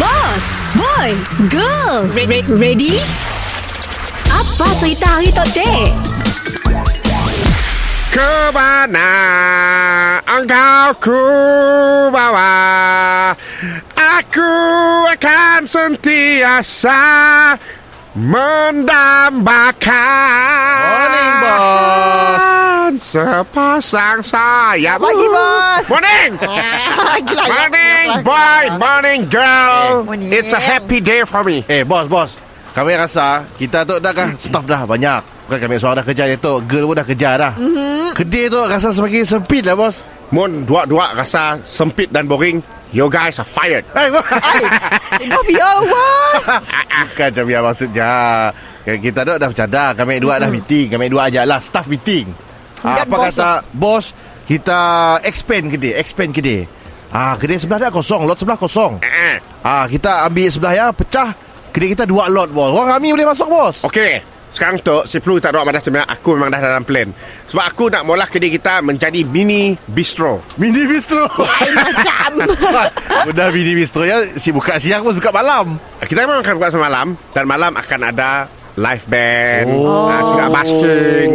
Boss, boy, girl, Re- re- ready? Apa cerita hari tu, Dek? Ke mana engkau ku bawa Aku akan sentiasa mendambakan Morning, bos. Sepasang sayap Pagi, bos. Morning Gila, Morning boy Morning girl Morning. It's a happy day for me Eh bos bos Kami rasa Kita tu dah kan Staff dah banyak Bukan kami seorang dah kerja dia tu Girl pun dah kerja dah mm-hmm. Kedai tu rasa semakin sempit lah bos Mun dua-dua rasa sempit dan boring You guys are fired Eh bos Kau biar was Bukan macam ah, kan yang maksudnya Kan Kita tu dah bercanda Kami dua dah meeting Kami dua ajak lah Staff meeting Dan ha, Apa bos kata Bos Kita expand kedai Expand kedai Ah, kedai sebelah dah kosong Lot sebelah kosong Eh, eh. Ah, kita ambil sebelah ya Pecah Kedai kita dua lot bos Orang kami boleh masuk bos Okey, sekarang tu si Plu tak ada mana sebenarnya aku memang dah dalam plan. Sebab aku nak mula kedai kita menjadi mini bistro. Mini bistro Udah mini bistro ya Si buka siang pun buka malam Ah, Kita memang akan buka semalam dan malam akan ada live band, oh. ah, silap basking.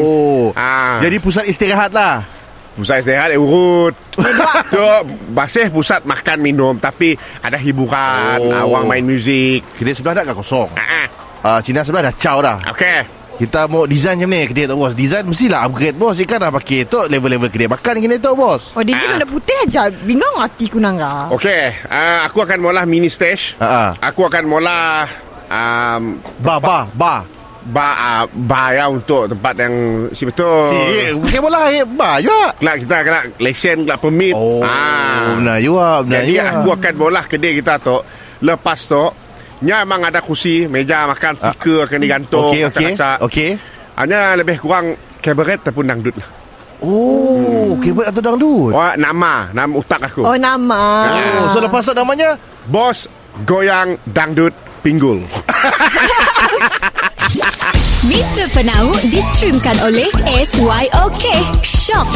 Ah, Jadi pusat istirahat lah pusat istirahat eh, urut. tu basih pusat makan minum tapi ada hiburan, Oh. oh. awang main muzik. Kedai sebelah dah dah kosong Ah, ah. uh, Cina sebelah dah caw dah Okey. Kita mau design macam ni Kedai tu bos Design mestilah upgrade bos Ikan dah pakai tu Level-level kedai makan Kedai tu bos Oh, dia ni warna putih aja. Bingung hati ku nangga. Ah, Okey, ah, aku akan mula mini stage. Ah, ah. Aku akan mula um, Ba ba ba ba uh, ba ya untuk tempat yang si betul. Si eh, Bukan bola eh, Ba juga Kelak kita kena lesen kelak permit. Oh ya. Benar juga Benar Ah. ah. Jadi juga. aku akan bolah kedai kita tu. Lepas tu Nya memang ada kursi, meja makan, speaker akan digantung. Ah. Okey okey kaca-kaca. Okey Hanya lebih kurang kabaret ataupun dangdut lah. Oh Kabel atau dangdut Oh, nama, nama utak aku. Oh, nama. Oh, So lepas tu namanya Bos goyang dangdut pinggul. Mr. Penau distreamkan oleh SYOK Shock.